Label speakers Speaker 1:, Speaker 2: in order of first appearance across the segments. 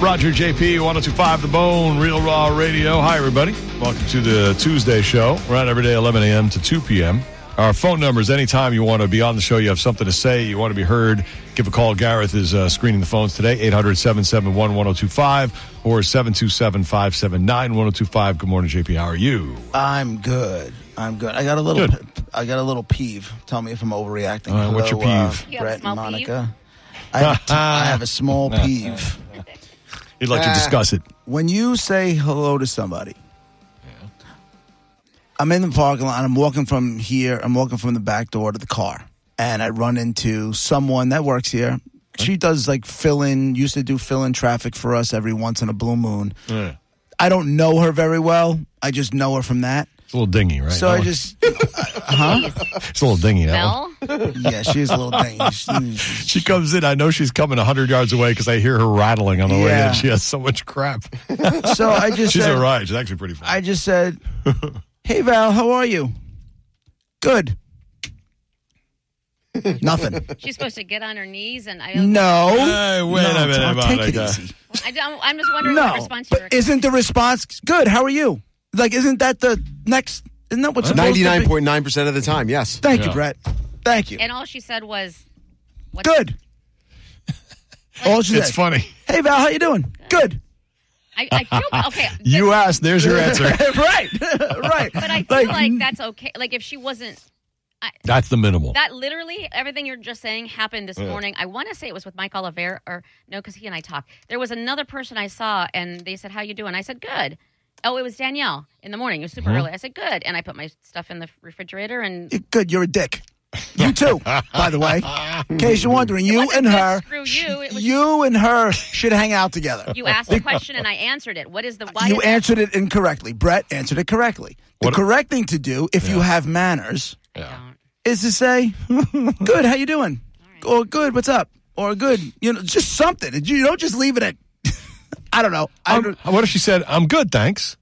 Speaker 1: Roger JP, 1025 The Bone, Real Raw Radio. Hi, everybody. Welcome to the Tuesday show. We're on every day, 11 a.m. to 2 p.m. Our phone numbers, anytime you want to be on the show, you have something to say, you want to be heard, give a call. Gareth is uh, screening the phones today, 800 771 1025 or 727 579 1025. Good morning, JP. How are you?
Speaker 2: I'm good. I'm good. I got a little.
Speaker 1: Good.
Speaker 2: I got a little peeve. Tell me if I'm overreacting.
Speaker 1: All right, what's your
Speaker 2: Hello, uh,
Speaker 1: peeve?
Speaker 3: You have a
Speaker 2: Brett and
Speaker 3: small peeve?
Speaker 2: Monica. I have, a t- I have a small peeve.
Speaker 1: He'd like to
Speaker 2: Ah.
Speaker 1: discuss it.
Speaker 2: When you say hello to somebody, I'm in the parking lot. I'm walking from here. I'm walking from the back door to the car, and I run into someone that works here. She does like fill in. Used to do fill in traffic for us every once in a blue moon.
Speaker 1: Yeah.
Speaker 2: I don't know her very well. I just know her from that.
Speaker 1: It's a little dingy, right?
Speaker 2: So
Speaker 1: That
Speaker 2: I
Speaker 1: one-
Speaker 2: just,
Speaker 1: It's a little dingy, that one.
Speaker 3: Mel?
Speaker 2: yeah, she is a little thing. She-
Speaker 1: She comes in. I know she's coming 100 yards away because I hear her rattling on the way
Speaker 2: Yeah.
Speaker 1: in. She has so much crap.
Speaker 2: So I just
Speaker 1: She's
Speaker 2: said,
Speaker 1: all right. She's actually pretty funny.
Speaker 2: I just said, "Hey Val, how are you? Good. Nothing.
Speaker 3: She's supposed to get on her knees and I.
Speaker 2: No.
Speaker 1: Hey, wait
Speaker 2: no,
Speaker 1: a minute
Speaker 2: Tom,
Speaker 1: about
Speaker 2: take
Speaker 1: it,
Speaker 2: it
Speaker 1: uh,
Speaker 2: easy.
Speaker 3: I don't, I'm just wondering what
Speaker 2: No.
Speaker 3: response you were
Speaker 2: But isn't the response good? How are you? Like, isn't that the next? Isn't that what's supposed to
Speaker 4: Ninety-nine
Speaker 2: be?
Speaker 4: point nine percent of the time, yes.
Speaker 2: Thank
Speaker 1: Yeah.
Speaker 2: you, Brett. Thank you.
Speaker 3: And all she said was, what
Speaker 2: Good. All she
Speaker 1: it's
Speaker 2: said.
Speaker 1: funny.
Speaker 2: Hey Val, how you doing? Good.
Speaker 3: I, I feel bad. Okay.
Speaker 1: You asked. There's your answer.
Speaker 2: right. right.
Speaker 3: But I feel like that's okay. Like, if she wasn't.
Speaker 1: That's the minimal.
Speaker 3: That literally, everything you're just saying happened this morning. I want to say it was with Mike Oliver, or no, because he and I talk. There was another person I saw, and they said, "How you doing?" I said, "Good." Oh, it was Danielle in the morning. It was super early. I said, "Good," and I put my stuff in the refrigerator, and
Speaker 2: good. You're a dick. You too, by the way. In case you're wondering, you and
Speaker 3: wasn't good,
Speaker 2: her,
Speaker 3: screw you, it was-
Speaker 2: you and her should hang out together.
Speaker 3: you asked a question, and I answered it. What is the why?
Speaker 2: You
Speaker 3: is-
Speaker 2: answered it incorrectly. Brett answered it correctly. The
Speaker 1: What-
Speaker 2: correct thing to do, if you have manners,
Speaker 3: I don't.
Speaker 2: is to say, "Good, how you doing?" Or "Good, what's up?" Or "Good," you know, just something. You don't just leave it at. I don't know. I
Speaker 1: Um,
Speaker 2: don't,
Speaker 1: what if she said, "I'm good, thanks"?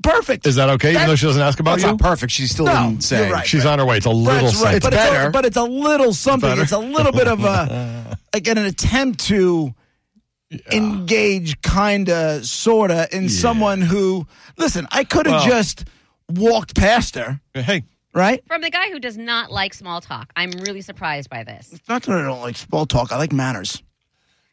Speaker 2: perfect.
Speaker 1: Is that okay? Even though she doesn't ask about
Speaker 4: That's
Speaker 1: you,
Speaker 4: not perfect. She's still
Speaker 2: No,
Speaker 4: in saying
Speaker 2: you're right.
Speaker 1: she's on her way. It's a
Speaker 2: Brett's
Speaker 1: little.
Speaker 2: right,
Speaker 1: something.
Speaker 2: but it's
Speaker 4: better.
Speaker 2: a, but it's a little something.
Speaker 1: Better.
Speaker 2: It's a little bit of a like an attempt to engage, kinda, sorta, in someone who. Listen, I could have
Speaker 1: Well-
Speaker 2: just walked past her,
Speaker 1: hey,
Speaker 2: right?
Speaker 3: From the guy who does not like small talk. I'm really surprised by this.
Speaker 2: Not that I don't like small talk. I like manners.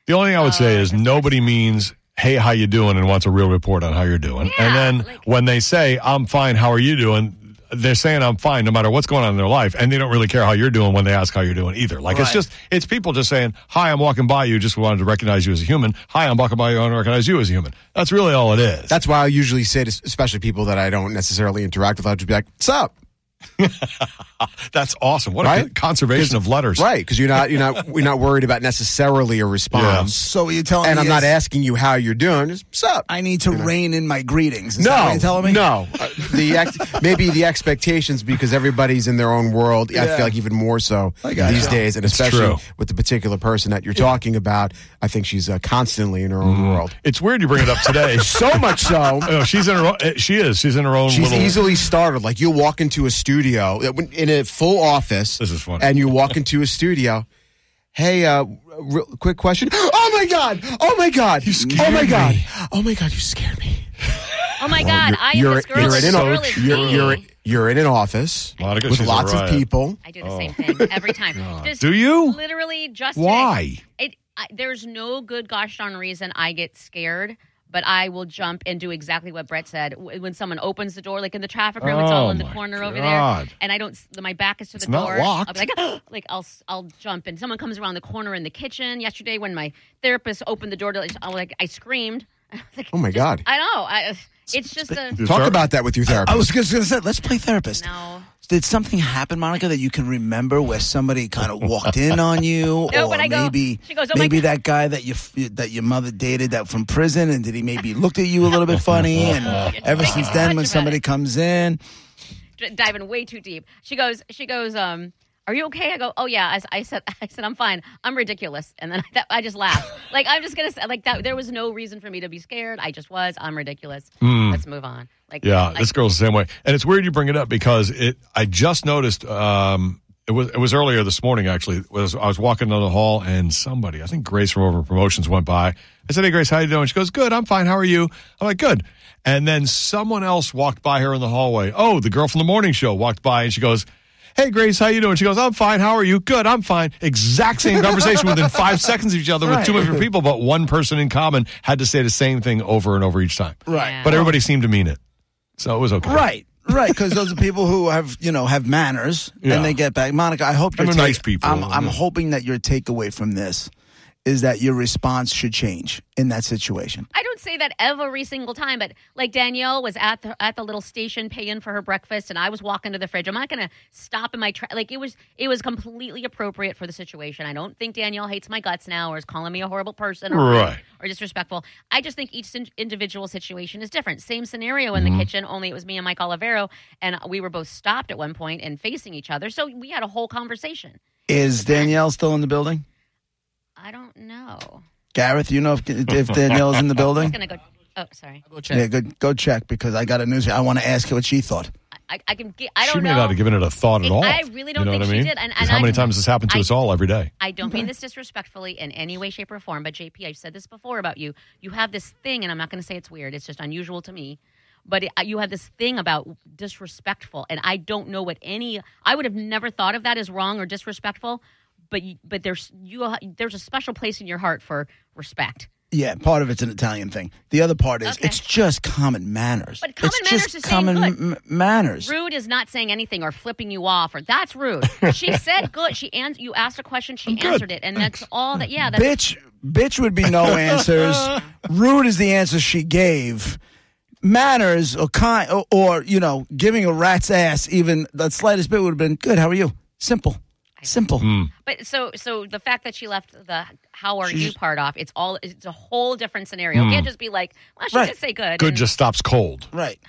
Speaker 1: the only thing I would
Speaker 3: Oh,
Speaker 1: say is nobody means. Hey, how you doing? And wants a real report on how you're doing.
Speaker 3: Yeah,
Speaker 1: and then
Speaker 3: like-
Speaker 1: when they say, "I'm fine, how are you doing?" They're saying I'm fine no matter what's going on in their life, and they don't really care how you're doing when they ask how you're doing either. Like it's
Speaker 2: Right.
Speaker 1: just it's people just saying, "Hi, I'm walking by you. Just wanted to recognize you as a human. Hi, I'm walking by you. I want to recognize you as a human." That's really all it is.
Speaker 4: That's why I usually say to s- especially people that I don't necessarily interact with, I'll just be like, "What's up?"
Speaker 1: That's awesome. What a
Speaker 4: Right?
Speaker 1: good conservation of letters.
Speaker 4: Right? Because you're not you're not we're not worried about necessarily a response,
Speaker 2: So you're telling
Speaker 4: and
Speaker 2: me
Speaker 4: I'm not
Speaker 2: it's-
Speaker 4: asking you how you're doing. Just "What's up?"
Speaker 2: I need to rein in my greetings. Is
Speaker 4: no,
Speaker 2: that what you're telling me?
Speaker 4: no. Uh, the ex- maybe the expectations because everybody's in their own world. I
Speaker 2: Yeah.
Speaker 4: feel like even more so
Speaker 2: got
Speaker 4: these
Speaker 2: you.
Speaker 4: days, and
Speaker 1: It's
Speaker 4: especially
Speaker 1: true.
Speaker 4: with the particular person that you're talking about. I think she's uh, constantly in her own world.
Speaker 1: It's weird you bring it up today.
Speaker 4: So much so
Speaker 1: No, she's in her. Own, eh, she is. She's in her own
Speaker 4: She's
Speaker 1: little.
Speaker 4: easily startled. Like you'll walk into a studio that when- in a full office.
Speaker 1: This is funny.
Speaker 4: And you walk into a studio. Hey, uh, real quick question. Oh my god! Oh my god! You
Speaker 1: scared
Speaker 4: oh my god!
Speaker 1: me.
Speaker 4: Oh my god! You scared me.
Speaker 3: Oh my God! I am this girl.
Speaker 4: in
Speaker 3: this
Speaker 4: an o-
Speaker 3: girl is
Speaker 4: you're,
Speaker 3: me.
Speaker 4: you're, you're in an office
Speaker 1: Monica,
Speaker 4: with
Speaker 1: she's a
Speaker 4: lots of
Speaker 1: riot.
Speaker 4: people.
Speaker 3: I do the same thing every time. Just
Speaker 1: Do you?
Speaker 3: Literally, just
Speaker 1: Why?
Speaker 3: Today, it, I, there's no good gosh darn reason I get scared but I will jump and do exactly what Brett said. W- When someone opens the door, like in the traffic room, it's all
Speaker 1: Oh,
Speaker 3: in the
Speaker 1: my
Speaker 3: corner over
Speaker 1: God.
Speaker 3: there, and I don't. s- My back is to the
Speaker 1: not
Speaker 3: door.
Speaker 1: locked.
Speaker 3: I'll be like, like I'll s- I'll jump, and someone comes around the corner in the kitchen. Yesterday, when my therapist opened the door, to, I was like I screamed. I was like,
Speaker 4: Oh, my
Speaker 3: just-
Speaker 4: God.
Speaker 3: I know. I, it's just a
Speaker 4: Talk about that with your therapist.
Speaker 2: I was just gonna say, let's play therapist.
Speaker 3: no.
Speaker 2: Did something happen, Monica, that you can remember where somebody kind of walked in on you,
Speaker 3: No,
Speaker 2: or
Speaker 3: but I go-
Speaker 2: maybe
Speaker 3: she goes, "Oh my
Speaker 2: maybe
Speaker 3: God."
Speaker 2: that guy that you that your mother dated that from prison, and did he maybe looked at you a little bit funny, and ever
Speaker 3: thinking
Speaker 2: since then,
Speaker 3: too much
Speaker 2: when
Speaker 3: about
Speaker 2: somebody
Speaker 3: it.
Speaker 2: comes in,
Speaker 3: d- diving way too deep. She goes, she goes, um, are you okay? I go, oh yeah. I, s- I said, I said, I'm fine. I'm ridiculous. And then I, that, I just laughed. like I'm just gonna say, like that. There was no reason for me to be scared. I just was. I'm ridiculous. Let's move on. Like
Speaker 1: Yeah,
Speaker 3: like,
Speaker 1: this girl's the same way, and it's weird you bring it up because it. I just noticed. Um, it was it was earlier this morning actually. Was I was walking down the hall and somebody, I think Grace from Over Promotions, went by. I said, "Hey, Grace, how you doing?" She goes, "Good, I'm fine. How are you?" I'm like, "Good." And then someone else walked by her in the hallway. Oh, the girl from the morning show walked by, and she goes. Hey Grace, how you doing? She goes, I'm fine. How are you? Good, I'm fine. Exact same conversation within five seconds of each other with two different people, but one person in common had to say the same thing over and over each time.
Speaker 2: right,
Speaker 3: Yeah.
Speaker 1: But everybody seemed to mean it. So it was okay.
Speaker 2: right, right, because those are people who have you know have manners,
Speaker 1: Yeah.
Speaker 2: and they get back. Monica, I hope
Speaker 1: And
Speaker 2: your
Speaker 1: they're nice people,
Speaker 2: I'm, I'm
Speaker 1: yeah.
Speaker 2: hoping that your takeaway from this is that your response should change in that situation.
Speaker 3: I don't say that every single time, but like Danielle was at the at the little station paying for her breakfast, and I was walking to the fridge. I'm not gonna stop in my tra- like it was it was completely appropriate for the situation. I don't think Danielle hates my guts now, or is calling me a horrible person, or
Speaker 1: Right.
Speaker 3: or disrespectful. I just think each in- individual situation is different. Same scenario in
Speaker 1: Mm-hmm.
Speaker 3: the kitchen, only it was me and Mike Olivero, and we were both stopped at one point and facing each other, so we had a whole conversation.
Speaker 2: Is Danielle still in the building?
Speaker 3: I don't know.
Speaker 2: Gareth, you know if, if Danielle's in the
Speaker 3: I'm
Speaker 2: building?
Speaker 3: gonna go. Oh, sorry.
Speaker 2: Yeah, good. Go check because I got a news. I want to ask her what she thought.
Speaker 3: I, I can. get- I don't
Speaker 1: She may
Speaker 3: know.
Speaker 1: not have given it a thought at
Speaker 3: It-
Speaker 1: all.
Speaker 3: I really don't
Speaker 1: you know
Speaker 3: think
Speaker 1: what I
Speaker 3: she
Speaker 1: mean?
Speaker 3: did, and-
Speaker 1: 'Cause
Speaker 3: and
Speaker 1: how
Speaker 3: I-
Speaker 1: many times this happened to
Speaker 3: I-
Speaker 1: us all every day?
Speaker 3: I don't mean this disrespectfully in any way, shape, or form, but JP, I've said this before about you. You have this thing, and I'm not going to say it's weird, it's just unusual to me. But it, you have this thing about disrespectful, and I don't know what any. I would have never thought of that as wrong or disrespectful, but you, but there's you there's a special place in your heart for respect.
Speaker 2: Yeah, part of it's an Italian thing. The other part is
Speaker 3: Okay.
Speaker 2: it's just common manners.
Speaker 3: But common
Speaker 2: it's
Speaker 3: manners
Speaker 2: just
Speaker 3: is saying
Speaker 2: common
Speaker 3: good.
Speaker 2: m- manners.
Speaker 3: Rude is not saying anything or flipping you off, or that's rude. She said good. She ans- you asked a question, she answered it, and that's all that. Yeah, that's
Speaker 2: Bitch, bitch would be no answers. Rude is the answer she gave. Manners or kind or, or you know giving a rat's ass even the slightest bit would have been good. How are you? Simple, simple.
Speaker 3: But so so the fact that she left the how are you part off, it's all it's a whole different scenario. It can't just be like, well, she
Speaker 2: Right.
Speaker 3: did say good.
Speaker 1: Good
Speaker 3: and-
Speaker 1: just stops cold.
Speaker 2: Right.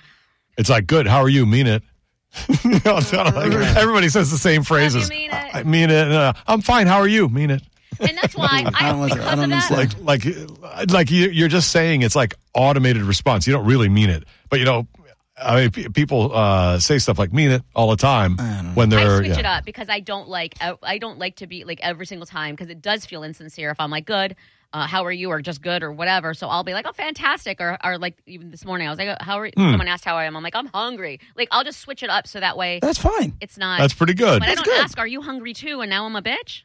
Speaker 1: It's like, good, how are you? Mean it. You know, it's not like- everybody says the same phrases.
Speaker 3: mean it.
Speaker 1: I I mean it. Uh, I'm fine. How are you? Mean it.
Speaker 3: and that's why I,
Speaker 2: I don't want to- I
Speaker 3: because
Speaker 2: don't
Speaker 3: of that.
Speaker 2: understand.
Speaker 1: Like, like, like you- you're just saying it's like automated response. You don't really mean it. But, you know, I mean, pe- people uh, say stuff like mean it all the time when they're.
Speaker 3: I switch
Speaker 1: yeah.
Speaker 3: it up because I don't like I, I don't like to be like every single time because it does feel insincere if I'm like good, uh, how are you or just good or whatever. So I'll be like oh fantastic or or like even this morning I was like "Oh, how are you? someone asked how I am I'm like I'm hungry like I'll just switch it up so that way
Speaker 2: That's fine.
Speaker 3: it's not.
Speaker 1: That's pretty good.
Speaker 3: but I don't ask are you hungry too and now I'm a bitch.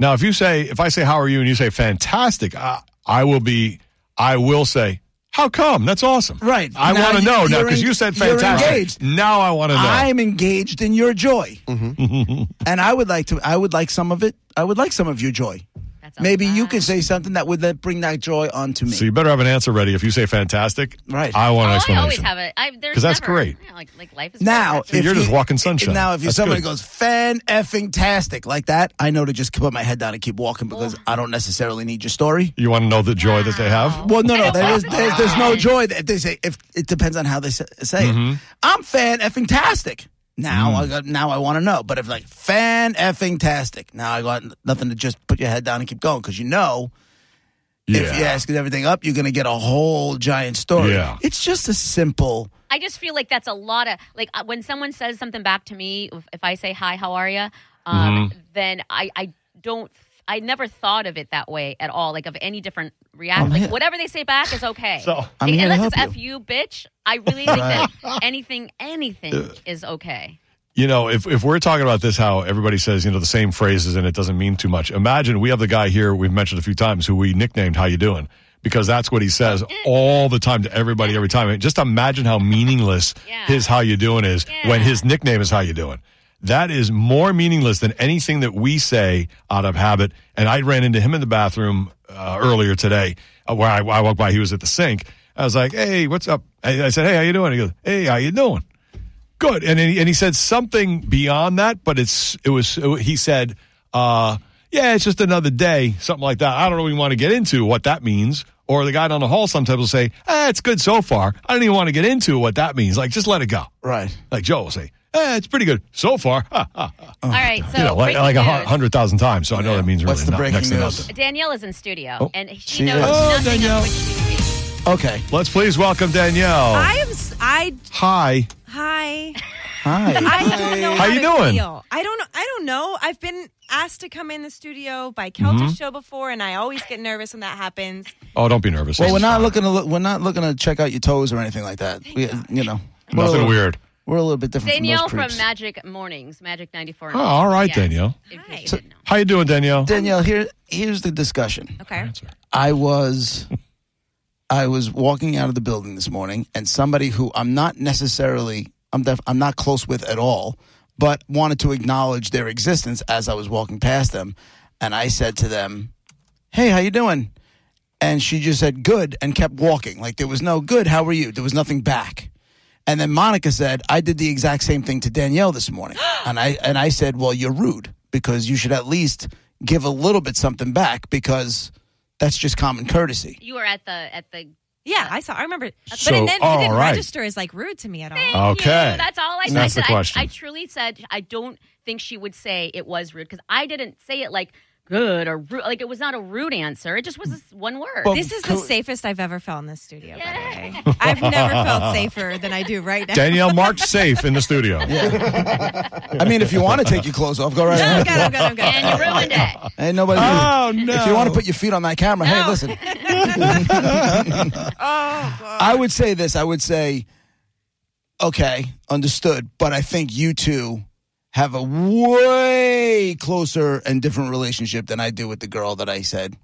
Speaker 1: Now, if you say, if I say, how are you? And you say, fantastic, I, I will be, I will say, how come? That's awesome.
Speaker 2: Right.
Speaker 1: I
Speaker 2: Now
Speaker 1: want to
Speaker 2: you-
Speaker 1: know now
Speaker 2: you're
Speaker 1: because
Speaker 2: en-
Speaker 1: you said
Speaker 2: you're
Speaker 1: fantastic.
Speaker 2: engaged.
Speaker 1: Now I want to know.
Speaker 2: I'm engaged in your joy,
Speaker 1: Mm-hmm.
Speaker 2: and I would like to. I would like some of it. I would like some of your joy.
Speaker 3: That's
Speaker 2: Maybe you
Speaker 3: can.
Speaker 2: could say something that would let bring that joy onto me.
Speaker 1: so you better have an answer ready. If you say fantastic,
Speaker 2: Right.
Speaker 1: I want an
Speaker 3: Oh, I
Speaker 1: explanation.
Speaker 3: always have it. I, there's
Speaker 1: 'Cause that's
Speaker 3: never-
Speaker 1: great.
Speaker 3: Yeah, like, like life is
Speaker 2: now,
Speaker 3: better.
Speaker 2: if
Speaker 1: you're
Speaker 2: you,
Speaker 1: just walking sunshine.
Speaker 2: Now, if you
Speaker 1: That's
Speaker 2: somebody
Speaker 1: good.
Speaker 2: goes fan effing tastic like that, I know to just put my head down and keep walking because I don't necessarily need your story.
Speaker 1: You want to know the joy that they have.
Speaker 2: Well, no,
Speaker 3: I
Speaker 2: no,
Speaker 3: don't
Speaker 2: there is,
Speaker 3: want
Speaker 2: there's,
Speaker 3: that.
Speaker 2: there's no joy. That they say if it depends on how they say, say
Speaker 1: Mm-hmm.
Speaker 2: it. I'm fan effing tastic.
Speaker 1: Mm.
Speaker 2: Now I got, now I want to know. But if like fan effing tastic, now I got nothing to just put your head down and keep going because you know if you ask everything up, you're gonna get a whole giant story.
Speaker 1: Yeah.
Speaker 2: It's just a simple.
Speaker 3: I just feel like that's a lot of like uh, when someone says something back to me. If, if I say hi, how are you? Um,
Speaker 1: Mm-hmm.
Speaker 3: Then I I don't. I never thought of it that way at all. Like of any different reaction.
Speaker 2: I'm
Speaker 3: Like
Speaker 2: here.
Speaker 3: whatever they say back is okay.
Speaker 1: So-
Speaker 2: I'm here to
Speaker 3: unless it's
Speaker 2: help
Speaker 3: f you, bitch. I really think that anything
Speaker 2: Uh.
Speaker 3: anything is okay.
Speaker 1: You know, if, if we're talking about this, how everybody says, you know, the same phrases and it doesn't mean too much. Imagine we have the guy here we've mentioned a few times who we nicknamed How You Doing. because that's what he says all the time to everybody every time. And Just imagine how meaningless
Speaker 3: Yeah.
Speaker 1: his how you doing is when his nickname is how you doing. That is more meaningless than anything that we say out of habit. And I ran into him in the bathroom uh, earlier today uh, where I, I walked by. He was at the sink. I was like, "Hey, what's up?" I, I said, "Hey, how you doing?" He goes, "Hey, how you doing?" good and he, and he said something beyond that but it's it was he said uh yeah it's just another day something like that i don't really want to get into what that means or the guy down the hall sometimes will say ah, it's good so far i don't even want to get into what that means like just let it go
Speaker 2: Right.
Speaker 1: like joe will say eh, it's pretty good so far Ha, ha, ha.
Speaker 2: Oh,
Speaker 3: All right, so
Speaker 1: you know like,
Speaker 3: breaking
Speaker 1: like a
Speaker 3: news.
Speaker 1: hundred thousand times so i know that means really
Speaker 2: What's the
Speaker 1: not-
Speaker 2: breaking
Speaker 1: next to
Speaker 2: news?
Speaker 1: nothing
Speaker 3: Danielle is in studio, and she,
Speaker 2: she
Speaker 3: knows
Speaker 2: is.
Speaker 1: Oh,
Speaker 3: nothing
Speaker 1: Danielle.
Speaker 3: of which she
Speaker 2: Okay.
Speaker 1: let's please welcome danielle
Speaker 5: I am. s- I
Speaker 1: hi
Speaker 5: hi.
Speaker 2: Hi.
Speaker 5: I don't know. How,
Speaker 1: you
Speaker 5: to
Speaker 1: doing?
Speaker 5: Feel. I don't. know. I don't know. I've been asked to come in the studio by Celtic Show before, and I always get nervous when that happens.
Speaker 1: oh don't be nervous
Speaker 2: Well,
Speaker 1: It's
Speaker 2: we're not
Speaker 1: fine.
Speaker 2: looking to look, we're not looking to check out your toes or anything like that. We, you know, we're a
Speaker 1: nothing
Speaker 2: little-
Speaker 1: weird
Speaker 2: We're a little bit different.
Speaker 3: Danielle
Speaker 2: from, those
Speaker 3: from
Speaker 2: creeps.
Speaker 3: Magic Mornings, Magic 94.
Speaker 1: oh, all right danielle
Speaker 3: In case you didn't know.
Speaker 1: how you doing danielle
Speaker 2: Danielle, here here's the discussion.
Speaker 5: Okay.
Speaker 2: I was I was walking out of the building this morning and somebody who I'm not necessarily I'm def- I'm not close with at all, but wanted to acknowledge their existence as I was walking past them and I said to them, "Hey, how you doing?" And she just said, "Good," and kept walking. Like there was no "Good, how are you?" There was nothing back. And then Monica said, "I did the exact same thing to Danielle this morning." and I and I said, "Well, you're rude because you should at least give a little bit something back because that's just common courtesy."
Speaker 3: You were at the at the.
Speaker 5: Yeah, I saw. I remember.
Speaker 1: So-
Speaker 5: but and then
Speaker 1: all
Speaker 5: it didn't
Speaker 1: right.
Speaker 5: register as like rude to me at all.
Speaker 3: Thank
Speaker 1: Okay.
Speaker 3: you. That's all I said.
Speaker 1: That's
Speaker 3: I,
Speaker 1: the
Speaker 3: said- I-
Speaker 1: question.
Speaker 3: I, truly said I don't think she would say it was rude because I didn't say it like good or rude. Like it was not a rude answer. It just was this one word.
Speaker 2: Well,
Speaker 5: This is the safest I've ever felt in this studio. By the way, I've never felt safer than I do right now.
Speaker 1: danielle marked safe in the studio
Speaker 2: I mean, if you want to take your clothes off, go right
Speaker 5: I'm
Speaker 2: ahead.
Speaker 5: good. I'm good. I'm good.
Speaker 3: and you ruined it.
Speaker 2: Hey, nobody.
Speaker 1: Oh,
Speaker 2: If you want
Speaker 1: no.
Speaker 2: to put your feet on that camera, hey, listen. I would say this. I would say, okay, understood. But I think you two have a way closer and different relationship than I do with the girl that I said.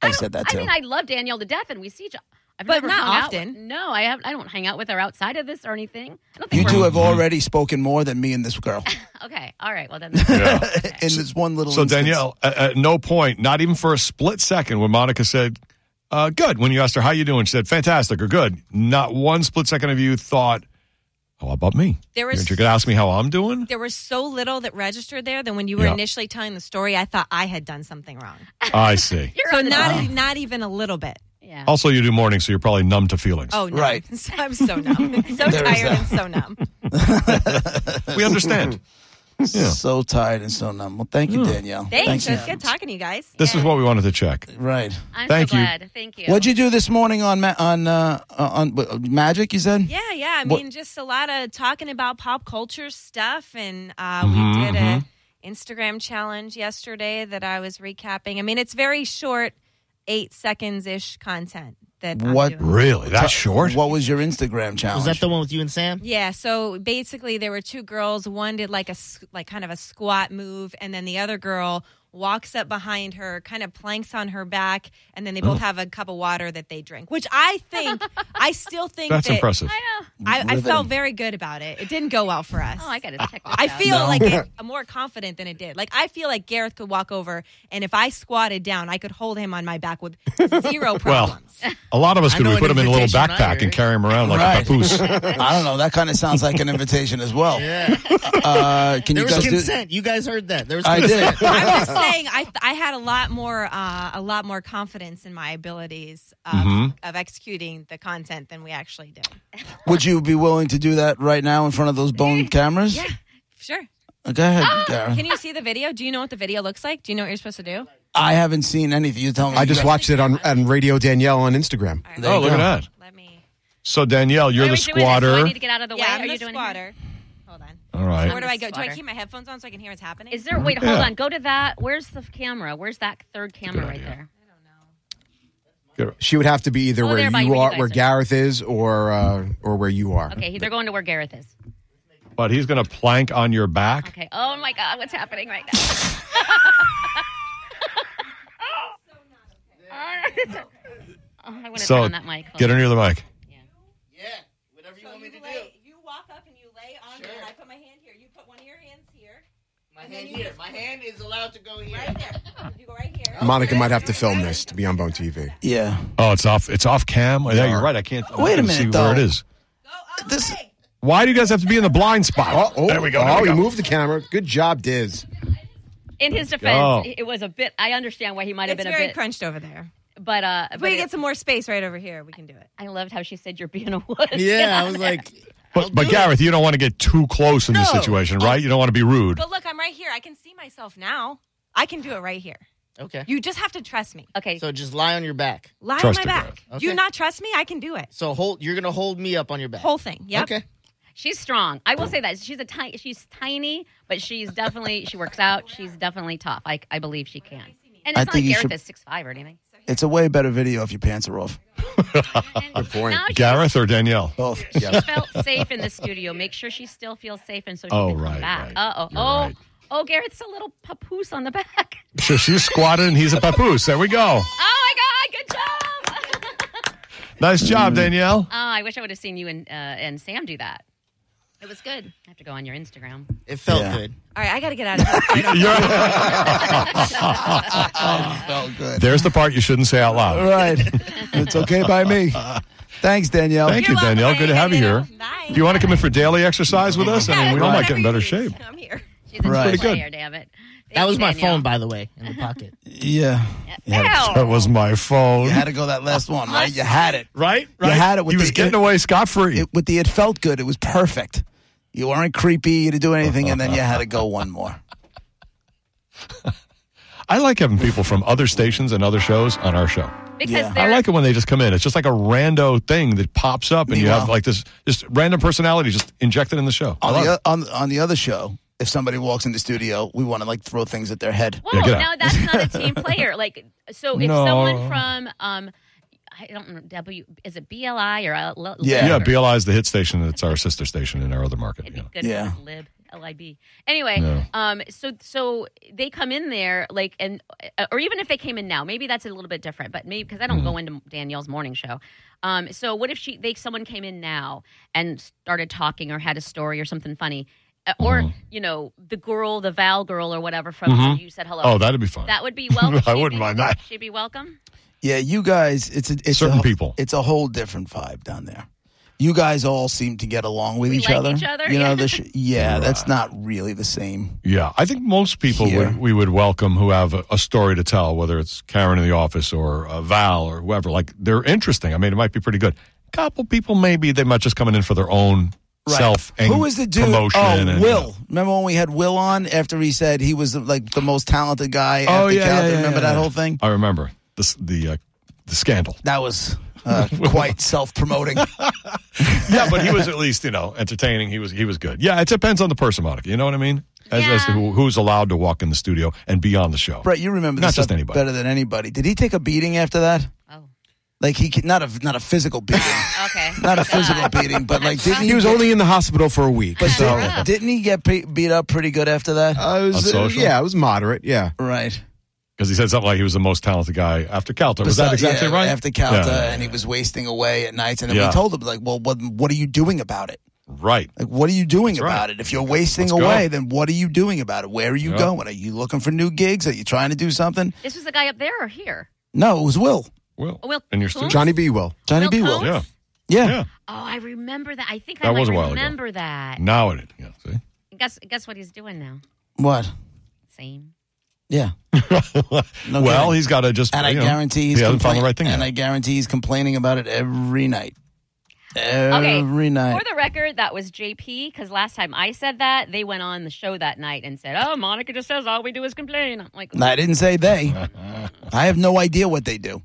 Speaker 2: I, said that
Speaker 3: I
Speaker 2: to.
Speaker 3: mean, I love Danielle to death, and we see each. I've
Speaker 5: But
Speaker 3: never
Speaker 5: not
Speaker 3: hung out
Speaker 5: often.
Speaker 3: with- no, I have. I don't hang out with her outside of this or anything. I don't
Speaker 2: you
Speaker 3: think
Speaker 2: two
Speaker 3: we're,
Speaker 2: have already spoken more than me and this girl
Speaker 3: Okay. All right. Well then.
Speaker 2: in this one little.
Speaker 1: So
Speaker 2: instance.
Speaker 1: Danielle, at, at no point, not even for a split second, when Monica said, uh, "Good," when you asked her how you doing, she said, "Fantastic" or "Good." Not one split second of you thought, "Oh, about me?"
Speaker 5: There
Speaker 1: You're-
Speaker 5: was-
Speaker 1: you're going to ask me how I'm doing.
Speaker 5: There was so little that registered there that when you were
Speaker 1: Yeah.
Speaker 5: initially telling the story, I thought I had done something wrong.
Speaker 1: I see.
Speaker 5: So not e, not even a little bit.
Speaker 3: Yeah.
Speaker 1: Also, you do morning, so you're probably numb to feelings.
Speaker 5: Oh, no.
Speaker 2: Right.
Speaker 5: I'm so numb. so
Speaker 2: There is
Speaker 5: tired
Speaker 2: that.
Speaker 5: and so numb.
Speaker 1: We understand.
Speaker 2: so tired and so numb. Well, thank you, Danielle.
Speaker 5: Thanks.
Speaker 2: Thank
Speaker 5: It's good talking to you guys.
Speaker 1: This is what we wanted to check.
Speaker 2: you. Right.
Speaker 3: I'm
Speaker 1: Thank
Speaker 3: so
Speaker 1: you.
Speaker 3: glad. Thank you.
Speaker 2: What'd you do this morning on ma- on uh, on uh, Magic? You said.
Speaker 5: Yeah, yeah. I
Speaker 2: What-
Speaker 5: mean, just a lot of talking about pop culture stuff, and uh,
Speaker 2: Mm-hmm,
Speaker 5: we did a Instagram challenge yesterday that I was recapping. I mean, it's very short, eight seconds ish content that I'm
Speaker 2: What-
Speaker 5: doing.
Speaker 1: Really, that short?
Speaker 2: What was your Instagram
Speaker 6: Was
Speaker 2: challenge?
Speaker 6: that the one with you and Sam?
Speaker 5: Yeah, so basically there were two girls. One did like a s- like kind of a squat move and then the other girl walks up behind her, kind of planks on her back, and then they
Speaker 1: Uh-huh.
Speaker 5: both have a cup of water that they drink, which I think I still think
Speaker 1: That's
Speaker 5: that
Speaker 1: impressive.
Speaker 5: I, I felt very good about it. It didn't go well for us.
Speaker 3: Oh, I gotta check. This
Speaker 5: I
Speaker 3: out.
Speaker 5: feel like it, I'm more confident than it did. Like I feel like Gareth could walk over, and if I squatted down, I could hold him on my back with zero problems.
Speaker 1: A lot of us
Speaker 6: I
Speaker 1: could.
Speaker 6: know
Speaker 1: We
Speaker 6: an
Speaker 1: put them in a little
Speaker 6: invitation
Speaker 1: backpack
Speaker 6: either.
Speaker 1: and carry them around like a
Speaker 2: Right.
Speaker 1: papoose.
Speaker 2: I don't know. That kind of sounds like an invitation as well.
Speaker 6: Yeah.
Speaker 2: Uh, can
Speaker 6: There
Speaker 2: you
Speaker 6: was
Speaker 2: guys
Speaker 6: consent. You guys heard that. There was
Speaker 2: do? I
Speaker 6: consent.
Speaker 2: did.
Speaker 5: I'm just saying, I I had a lot more uh, a lot more confidence in my abilities of,
Speaker 3: Mm-hmm.
Speaker 5: of executing the content than we actually did.
Speaker 2: Would you be willing to do that right now in front of those bone cameras?
Speaker 5: Yeah, sure.
Speaker 2: Uh, Go ahead,
Speaker 6: Ah,
Speaker 2: Gareth.
Speaker 5: Can you see the video? Do you know what the video looks like? Do you know what you're supposed to do?
Speaker 2: I haven't seen anything. You tell me.
Speaker 4: I just watched it on, on Radio Danielle on Instagram.
Speaker 2: There
Speaker 1: oh,
Speaker 2: you
Speaker 1: look
Speaker 2: go.
Speaker 1: at that.
Speaker 5: Let me.
Speaker 1: So Danielle, you're
Speaker 3: Are
Speaker 1: the
Speaker 3: we doing this? Do I
Speaker 1: squatter.
Speaker 3: need to get out of the way.
Speaker 5: Yeah, I'm
Speaker 3: Are you
Speaker 5: the
Speaker 3: doing it?
Speaker 5: squatter. Hold on.
Speaker 1: All right.
Speaker 5: Where do
Speaker 3: the
Speaker 5: I go? Do I
Speaker 3: squatter.
Speaker 5: keep my headphones on so I can hear what's happening?
Speaker 3: Is there? Wait, hold
Speaker 1: Yeah.
Speaker 3: on. Go to that. Where's the camera? Where's that third camera right
Speaker 1: idea.
Speaker 3: there?
Speaker 4: She would have to be either
Speaker 3: Oh,
Speaker 4: where
Speaker 3: there by
Speaker 4: you
Speaker 3: where you
Speaker 4: are,
Speaker 3: guys
Speaker 4: where
Speaker 3: are.
Speaker 4: Gareth is, or uh, or where you are.
Speaker 3: Okay, they're going to where Gareth is.
Speaker 1: But he's going to plank on your back.
Speaker 3: Okay. Oh my God, what's happening right now? Oh, I went
Speaker 1: So
Speaker 3: on that mic. Hold
Speaker 1: get her
Speaker 3: on.
Speaker 1: near the mic.
Speaker 6: Yeah, whatever you
Speaker 5: So
Speaker 6: want me
Speaker 5: you
Speaker 6: to do.
Speaker 5: lay, you walk up and you lay on me, and I put my hand here. You put one of your hands here,
Speaker 6: My
Speaker 5: And then
Speaker 6: hand
Speaker 5: you
Speaker 6: here.
Speaker 5: just-
Speaker 6: My hand is allowed to go here.
Speaker 5: right there. You go right here.
Speaker 4: Monica might have to film this to be on Bone TV.
Speaker 2: Yeah.
Speaker 1: Oh, it's off. It's off cam. Yeah, you're right. I can't. I'm
Speaker 2: Wait a
Speaker 1: not gonna
Speaker 2: minute,
Speaker 1: See where it
Speaker 2: though.
Speaker 1: is.
Speaker 5: Go up
Speaker 2: This-
Speaker 5: way.
Speaker 1: Why do you guys have to be in the blind spot? there we go. there
Speaker 4: Oh,
Speaker 1: we
Speaker 4: you
Speaker 1: go.
Speaker 4: moved the camera. Good job, Diz.
Speaker 3: In his
Speaker 1: go.
Speaker 3: defense, it was a bit. I understand why he might have
Speaker 5: It's
Speaker 3: been a
Speaker 5: very
Speaker 3: bit,
Speaker 5: crunched over there.
Speaker 3: but uh,
Speaker 5: If
Speaker 3: but
Speaker 5: we
Speaker 3: it-
Speaker 5: get some more space right over here, we can do it.
Speaker 3: I loved how she said you're being a wuss. Get
Speaker 6: Yeah,
Speaker 3: out
Speaker 6: I was
Speaker 3: there.
Speaker 6: like,
Speaker 1: But, but Gareth, you don't want to get too close in this
Speaker 6: No.
Speaker 1: situation, right? You don't want to be rude.
Speaker 5: But look, I'm right here. I can see myself now. I can do it right here.
Speaker 6: okay.
Speaker 5: You just have to trust me.
Speaker 3: okay.
Speaker 6: So just lie on your back.
Speaker 5: Lie
Speaker 1: Trust
Speaker 5: on
Speaker 1: her,
Speaker 5: my back.
Speaker 6: Brad.
Speaker 5: You
Speaker 6: Okay.
Speaker 5: not trust me? I can do it.
Speaker 6: So hold. You're gonna hold me up on your back.
Speaker 5: Whole thing. Yep.
Speaker 6: Okay.
Speaker 3: She's strong. I will say that she's a tiny. She's tiny, but she's definitely she works out. She's definitely tough. I I believe she can. And it's
Speaker 2: I
Speaker 3: not like
Speaker 2: think you
Speaker 3: Gareth
Speaker 2: should-
Speaker 3: is six five or anything.
Speaker 2: It's a way better video if your pants are off.
Speaker 3: Good
Speaker 4: point.
Speaker 3: Now she,
Speaker 1: Gareth or Danielle?
Speaker 2: Both.
Speaker 3: she felt safe in the studio. Make sure she still feels safe, and so she
Speaker 1: Oh,
Speaker 3: can come
Speaker 1: right,
Speaker 3: back.
Speaker 1: right.
Speaker 3: Uh oh.
Speaker 1: You're
Speaker 3: Oh
Speaker 1: right.
Speaker 3: oh, Gareth's a little papoose on the back.
Speaker 1: So she's squatted and he's a papoose. There we go.
Speaker 3: Oh my God! Good job.
Speaker 1: Nice job, Danielle.
Speaker 3: Oh, I wish I would have seen you and uh, and Sam do that. It was good. I have to go on your Instagram.
Speaker 6: It felt
Speaker 2: Yeah.
Speaker 6: good.
Speaker 5: All right. I got to get out of here.
Speaker 1: You're-
Speaker 2: Oh, good.
Speaker 1: there's the part you shouldn't say out
Speaker 2: All
Speaker 1: loud.
Speaker 2: right. It's okay by me. Thanks, Danielle.
Speaker 1: Thank you,
Speaker 5: You're welcome.
Speaker 1: Danielle. Good to have you here.
Speaker 5: Bye.
Speaker 1: Do you want to come in for daily exercise with us? I mean, we all might get in better shape.
Speaker 5: I'm here.
Speaker 3: She's a
Speaker 2: Right.
Speaker 3: right.
Speaker 2: Pretty
Speaker 1: good.
Speaker 3: player, damn it. Thank
Speaker 6: That was
Speaker 3: you,
Speaker 6: my
Speaker 3: Danielle.
Speaker 6: phone, by the way, in the pocket.
Speaker 2: Yeah. You had, it.
Speaker 3: Ew.
Speaker 1: That was my phone.
Speaker 2: You had to go that last one, right? You had it.
Speaker 1: Right?
Speaker 2: You
Speaker 1: Right?
Speaker 2: had it with
Speaker 1: he was
Speaker 2: the-
Speaker 1: getting away scot free.
Speaker 2: it. With the it felt good. It was perfect. You weren't creepy. You didn't do anything, and then you had to go one more.
Speaker 1: I like having people from other stations and other shows on our show.
Speaker 3: because
Speaker 2: Yeah. I
Speaker 3: they're
Speaker 1: I like it when they just come in. It's just like a rando thing that pops up, and you
Speaker 2: Meanwhile-
Speaker 1: have like this just random personality just injected in the show. I
Speaker 2: On
Speaker 1: love
Speaker 2: the,
Speaker 1: it.
Speaker 2: o- on, on the other show, if somebody walks in the studio, we want to like throw things at their head.
Speaker 3: Whoa,
Speaker 1: get
Speaker 3: now
Speaker 1: out.
Speaker 3: that's not a team player. Like, so if
Speaker 1: No.
Speaker 3: someone from, um, I don't know, W, is it BLI or uh, L-
Speaker 2: Yeah.
Speaker 3: Lib
Speaker 1: Yeah,
Speaker 3: or-
Speaker 1: BLI is the hit station. It's our sister station in our other market.
Speaker 3: It'd
Speaker 1: Yeah.
Speaker 3: be good
Speaker 2: Yeah.
Speaker 3: for lib lib. Anyway,
Speaker 1: Yeah.
Speaker 3: um, so so they come in there like and uh, or even if they came in now, maybe that's a little bit different. But maybe because I don't go
Speaker 1: Mm-hmm.
Speaker 3: into Danielle's morning show. Um, so what if she they someone came in now and started talking or had a story or something funny, Uh, or
Speaker 1: Mm-hmm.
Speaker 3: you know the girl, the Val girl or whatever from you said hello.
Speaker 1: Oh, that'd be fun.
Speaker 3: that would be welcome.
Speaker 1: I
Speaker 3: She'd
Speaker 1: wouldn't
Speaker 3: be-
Speaker 1: mind that.
Speaker 3: She'd be welcome.
Speaker 2: Yeah, you guys, it's a, it's
Speaker 1: Certain
Speaker 2: a, wh-
Speaker 1: people.
Speaker 2: It's a whole different vibe down there. You guys all seem to get along with
Speaker 3: We
Speaker 2: each
Speaker 3: like
Speaker 2: other.
Speaker 3: each other,
Speaker 2: You know,
Speaker 3: yeah.
Speaker 2: the sh- yeah, that's not really the same.
Speaker 1: yeah, I think most people
Speaker 2: Here.
Speaker 1: would, we would welcome who have a, a story to tell, whether it's Karen in the office or uh, Val or whoever. Like they're interesting. I mean, it might be pretty good. couple people maybe they might just coming in for their own self. and
Speaker 2: Who was the dude?
Speaker 1: Promotion
Speaker 2: oh,
Speaker 1: and,
Speaker 2: Will. Remember when we had Will on after he said he was like the most talented guy?
Speaker 1: Oh
Speaker 2: after
Speaker 1: yeah, yeah,
Speaker 2: Calvin?
Speaker 1: yeah,
Speaker 2: Remember
Speaker 1: yeah,
Speaker 2: that
Speaker 1: yeah.
Speaker 2: whole thing?
Speaker 1: I remember this the uh, the scandal.
Speaker 2: That was uh, quite self-promoting.
Speaker 1: yeah, but he was at least you know entertaining. He was he was good. Yeah, it depends on the person, Monica. You know what I mean? As, as to
Speaker 3: Yeah.
Speaker 1: who, who's allowed to walk in the studio and be on the show.
Speaker 2: Brett, you remember
Speaker 1: Not
Speaker 2: this
Speaker 1: just
Speaker 2: stuff
Speaker 1: anybody.
Speaker 2: better than anybody. Did he take a beating after that?
Speaker 3: Oh,
Speaker 2: Like he could- not a not a physical beating,
Speaker 3: okay.
Speaker 2: not a physical beating, but like didn't
Speaker 4: He was
Speaker 2: get-
Speaker 4: only in the hospital for a week.
Speaker 2: But
Speaker 4: so,
Speaker 2: did, didn't he get pe- beat up pretty good after that?
Speaker 4: I
Speaker 1: On
Speaker 4: was, uh,
Speaker 1: social?
Speaker 4: yeah, it was moderate. Yeah.
Speaker 2: right.
Speaker 1: Because he said something like he was the most talented guy after Calter. Was that
Speaker 2: Besi-
Speaker 1: exactly
Speaker 2: yeah,
Speaker 1: right?
Speaker 2: After Calta,
Speaker 1: Yeah.
Speaker 2: and he was wasting away at nights, and then
Speaker 1: Yeah.
Speaker 2: we told him like, well, what what are you doing about it?
Speaker 1: Right.
Speaker 2: Like, what are you doing
Speaker 1: That's right.
Speaker 2: about it? If you're wasting
Speaker 1: Let's go.
Speaker 2: away, then what are you doing about it? Where are you
Speaker 1: Yeah.
Speaker 2: going? Are you looking for new gigs? Are you trying to do something?
Speaker 3: This was the guy up there or here? Oh,
Speaker 2: No, it was Will,
Speaker 1: Well,
Speaker 3: Will
Speaker 1: in your studio.
Speaker 3: Coons?
Speaker 4: Johnny B. Will.
Speaker 2: Johnny B. Will.
Speaker 3: Coons?
Speaker 1: Yeah.
Speaker 2: Yeah.
Speaker 1: Yeah.
Speaker 3: Oh, I remember that. I think I
Speaker 1: That
Speaker 3: might
Speaker 1: was a while ago.
Speaker 3: remember that.
Speaker 1: Now it. Yeah. See.
Speaker 3: Guess guess what he's doing now?
Speaker 2: What?
Speaker 3: Same.
Speaker 2: Yeah. No
Speaker 1: well,
Speaker 2: kidding.
Speaker 1: he's got to just.
Speaker 2: and I
Speaker 1: you know,
Speaker 2: guarantee he's
Speaker 1: he hasn't found the
Speaker 2: complain-
Speaker 1: right thing.
Speaker 2: And
Speaker 1: yet.
Speaker 2: I guarantee he's complaining about it every night.
Speaker 3: Okay.
Speaker 2: Every night.
Speaker 3: For the record, that was JP because last time I said that, they went on the show that night and said, "Oh, Monica just says all we do is complain." I'm like,
Speaker 2: No, I didn't say they. I have no idea what they do.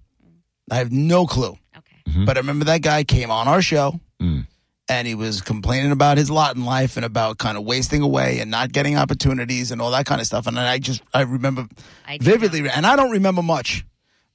Speaker 2: I have no clue.
Speaker 3: okay,
Speaker 1: Mm-hmm.
Speaker 2: But I remember that guy came on our show
Speaker 1: Mm.
Speaker 2: and he was complaining about his lot in life and about kind of wasting away and not getting opportunities and all that kind of stuff. And I just, I remember
Speaker 3: I do
Speaker 2: vividly, and I don't remember much,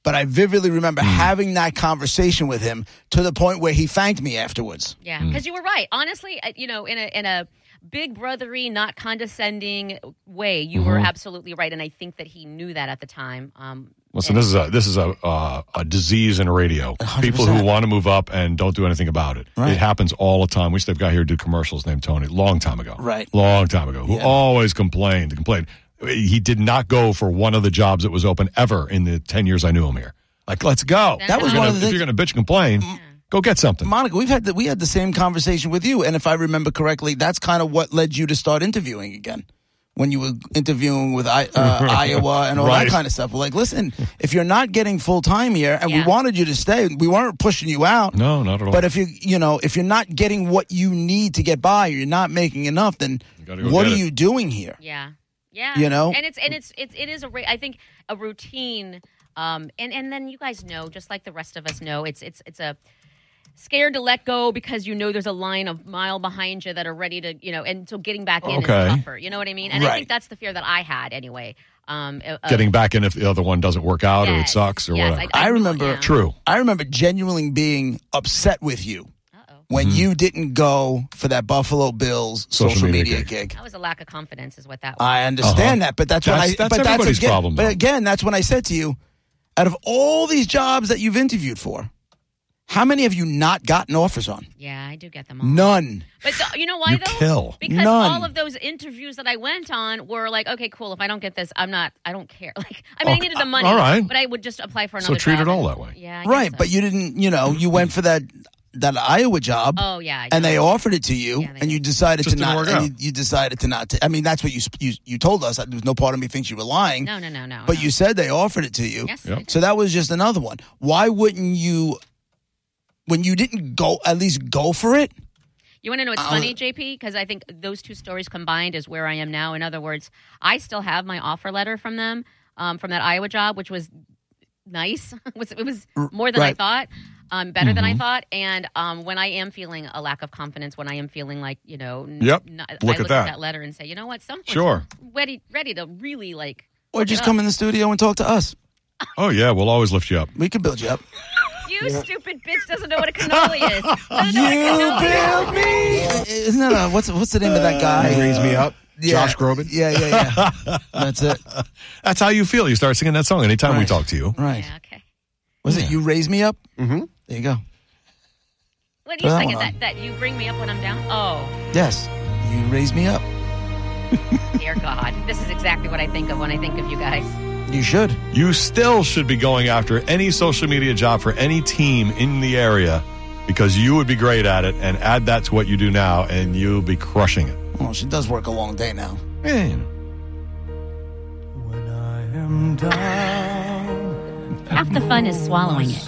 Speaker 2: but I vividly remember
Speaker 1: Mm.
Speaker 2: having that conversation with him to the point where he thanked me afterwards.
Speaker 3: yeah, because you were right. Honestly, I- you know, in a in a big brothery, not
Speaker 1: Mm-hmm.
Speaker 3: condescending way, you were absolutely right, and I think that he knew that at the time. Um,
Speaker 1: Listen, this is a this is a uh, a disease in radio. People who want to move up and don't do anything about it. It happens all the time. We used to have a guy here who did commercials named Tony, long time ago.
Speaker 2: Right.
Speaker 1: long time ago. Who always complained, complained. He did not go for one of the jobs that was open ever in the ten years I knew him here. Like, let's go.
Speaker 3: That was
Speaker 1: If you're gonna-
Speaker 3: one
Speaker 2: of the
Speaker 1: If
Speaker 2: things-
Speaker 1: you're going to bitch and complain, go get something.
Speaker 2: Monica, we've had the, we had the same conversation with you, and if I remember correctly, that's kind of what led you to start interviewing again. When you were interviewing with I, uh, Iowa and all
Speaker 1: Right.
Speaker 2: that kind of stuff, we're like, listen, if you're not getting full time here, and we
Speaker 3: Yeah.
Speaker 2: wanted you to stay, we weren't pushing you out.
Speaker 1: No, not at all.
Speaker 2: But if you you know if you're not getting what you need to get by, or you're not making enough, then
Speaker 1: gotta go
Speaker 2: what
Speaker 1: get
Speaker 2: are
Speaker 1: it.
Speaker 2: you doing here?
Speaker 3: Yeah. Yeah.
Speaker 2: You know?
Speaker 3: And it's and it's it's it is a ra- I think a routine um and and then you guys know just like the rest of us know it's it's it's a scared to let go because you know there's a line of mile behind you that are ready to you know and so getting back in
Speaker 1: Okay.
Speaker 3: is tougher you know what i mean and i
Speaker 2: Right.
Speaker 3: think that's the fear that i had anyway um of- of-
Speaker 1: Getting back in if the other one doesn't work out or it
Speaker 3: Yes.
Speaker 1: sucks or
Speaker 3: Yes,
Speaker 1: whatever. Uh,
Speaker 2: I
Speaker 3: knew it,
Speaker 2: remember-
Speaker 3: yeah.
Speaker 1: True.
Speaker 2: I remember genuinely being upset with you
Speaker 3: Uh-oh.
Speaker 2: when you didn't go for that Buffalo Bills
Speaker 1: Mm-hmm. Social
Speaker 2: social,
Speaker 1: media
Speaker 2: media,
Speaker 1: gig.
Speaker 2: gig.
Speaker 3: that was a lack of confidence is
Speaker 1: Uh,
Speaker 3: what that was
Speaker 2: I understand that, but that's,
Speaker 1: Uh-huh. That's-
Speaker 2: what I.
Speaker 1: that's
Speaker 2: but
Speaker 1: everybody's
Speaker 2: that's again,
Speaker 1: problem, though.
Speaker 2: But again, that's when I said to you, out of all these jobs that you've interviewed for, how many have you not gotten offers on?
Speaker 3: yeah i do get them all
Speaker 2: None.
Speaker 3: But th- you know why
Speaker 1: You
Speaker 3: though?
Speaker 1: kill.
Speaker 3: Because
Speaker 2: None.
Speaker 3: all of those interviews that I went on were like, okay, cool. If I don't get this, I'm not. I don't care. Like, I
Speaker 1: Okay,
Speaker 3: mean, I needed
Speaker 1: uh,
Speaker 3: the money.
Speaker 1: all right.
Speaker 3: But I would just apply for
Speaker 1: So
Speaker 3: another.
Speaker 1: treat
Speaker 3: job
Speaker 1: it all
Speaker 3: and-
Speaker 1: that way.
Speaker 3: Yeah. I guess
Speaker 2: Right,
Speaker 3: so.
Speaker 2: but you didn't. You know, you went for that that Iowa job.
Speaker 3: Oh yeah. I
Speaker 2: And
Speaker 3: do.
Speaker 2: they offered it to you,
Speaker 3: Yeah, they
Speaker 2: and you
Speaker 3: did.
Speaker 2: decided
Speaker 1: Just
Speaker 2: to
Speaker 1: didn't
Speaker 2: not.
Speaker 1: work
Speaker 2: and
Speaker 1: out.
Speaker 2: you, you decided to not. ta- I mean, that's what you sp- you you told us. There's no part of me thinks you were lying.
Speaker 3: No, no, no, no.
Speaker 2: But
Speaker 3: no.
Speaker 2: you said they offered it to you.
Speaker 3: Yes.
Speaker 1: Yep.
Speaker 3: I did.
Speaker 2: So that was just another one. Why wouldn't you, when you didn't go, at least go for it?
Speaker 3: You want to know what's funny, JP? Because I think those two stories combined is where I am now. In other words, I still have my offer letter from them, um, from that Iowa job, which was nice. it, was, it was more than I
Speaker 2: right.
Speaker 3: thought, um, better than I thought. And um, when I am feeling a lack of confidence, when I am feeling like, you know, n-
Speaker 1: Yep.
Speaker 3: n- I
Speaker 1: Look at
Speaker 3: look at
Speaker 1: that.
Speaker 3: that letter and say, you know what, someone's
Speaker 1: Sure.
Speaker 3: ready, ready to really like.
Speaker 2: Or just come in the studio and talk to us.
Speaker 1: Oh yeah, we'll always lift you up.
Speaker 2: We can build you up.
Speaker 3: You stupid bitch doesn't know what a cannoli is. Doesn't know what a
Speaker 2: You
Speaker 3: cannoli is.
Speaker 2: build me. Isn't that a, what's what's the name of that guy?
Speaker 4: Brings Uh, me up.
Speaker 2: Yeah.
Speaker 4: Josh Groban.
Speaker 2: Yeah, yeah, yeah. That's it.
Speaker 1: That's how you feel. You start singing that song anytime we
Speaker 2: Right.
Speaker 1: talk to you.
Speaker 2: Right.
Speaker 3: Yeah, okay.
Speaker 2: Was it you raise me up? Mm-hmm. There you go.
Speaker 3: What do you
Speaker 2: Well,
Speaker 3: think of
Speaker 2: um,
Speaker 3: that? That you bring me up when I'm down? Oh.
Speaker 2: Yes. You raise me up.
Speaker 3: Dear God, this is exactly what I think of when I think of you guys.
Speaker 2: You should.
Speaker 1: You still should be going after any social media job for any team in the area because you would be great at it and add that to what you do now and you'll be crushing it.
Speaker 2: Well, she does work a long day now.
Speaker 1: Yeah, you know.
Speaker 3: Half the fun is swallowing it.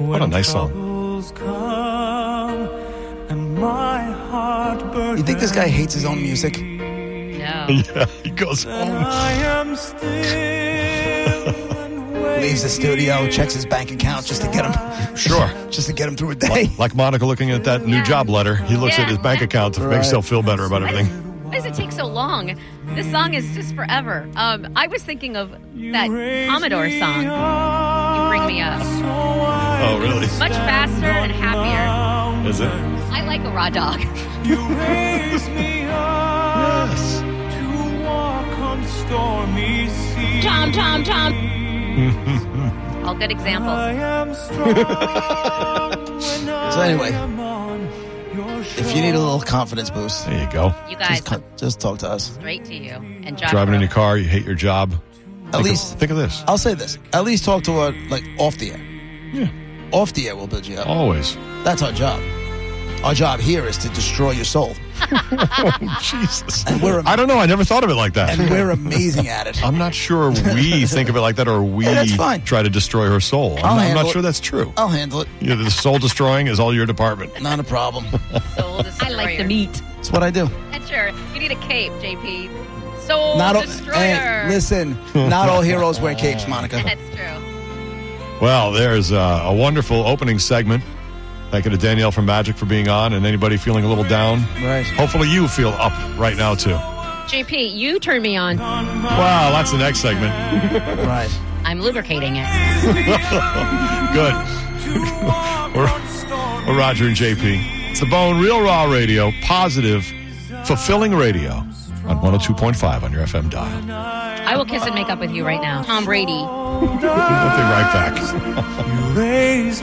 Speaker 1: What a nice song.
Speaker 2: You think this guy hates his own music?
Speaker 3: No.
Speaker 1: Yeah, he goes "Oh, home.
Speaker 2: Leaves the studio, checks his bank account just to get him,
Speaker 1: Sure.
Speaker 2: just to get him through a day.
Speaker 1: Like Monica looking at that new
Speaker 3: Yeah.
Speaker 1: job letter, he looks at
Speaker 3: Yeah.
Speaker 1: his bank account to make
Speaker 2: Right.
Speaker 1: himself feel better about everything.
Speaker 3: Why does it take so long? This song is just forever. Um, I was thinking of that Commodore song. You bring me up.
Speaker 1: Oh, really?
Speaker 3: Much faster and happier.
Speaker 1: Is it?
Speaker 3: I like a raw dog.
Speaker 1: Yes.
Speaker 3: Tom, Tom, Tom. All good examples.
Speaker 2: So anyway, if you need a little confidence boost,
Speaker 1: There you go.
Speaker 3: You guys,
Speaker 2: just, co- just talk to us.
Speaker 3: straight to you. And Josh
Speaker 1: Driving in your
Speaker 3: Groban.
Speaker 1: car, you hate your job.
Speaker 2: At least
Speaker 1: Think of this.
Speaker 2: I'll say this: at least talk to her like off the air. Yeah. Off the air, we'll build you up.
Speaker 1: Always.
Speaker 2: That's our job. Our job here is to destroy your soul,
Speaker 1: Jesus.
Speaker 2: and we're
Speaker 1: I don't know. I never thought of it like that.
Speaker 2: and we're amazing at it.
Speaker 1: I'm not sure we think of it like that or we
Speaker 2: Yeah, that's fine. Oh,
Speaker 1: try to destroy her soul. I'm, not-
Speaker 2: I'll
Speaker 1: I'm
Speaker 2: handle
Speaker 1: not
Speaker 2: it.
Speaker 1: sure that's true.
Speaker 2: I'll handle it.
Speaker 1: You know, the soul destroying is all your department.
Speaker 2: Not a problem.
Speaker 3: Soul
Speaker 5: I like the meat.
Speaker 2: It's what I do.
Speaker 3: Destroyer. Sure. You need a cape, JP. Soul
Speaker 2: Not all.
Speaker 3: Destroyer.
Speaker 2: Hey, listen, not all heroes wear capes, Monica.
Speaker 3: That's true.
Speaker 1: Well, there's uh, a wonderful opening segment. Thank you to Danielle from Magic for being on and anybody feeling a little down.
Speaker 2: Right.
Speaker 1: Hopefully you feel up right now, too.
Speaker 3: JP, you turn me on.
Speaker 1: Wow, that's the next segment.
Speaker 2: Right.
Speaker 3: I'm lubricating it.
Speaker 1: Good. We're, we're Roger and JP. It's the Bone Real Raw Radio, positive, fulfilling radio. on 102.5 on your FM dial. We'll be
Speaker 3: I will kiss and make up with you right now. Tom Brady.
Speaker 1: right back.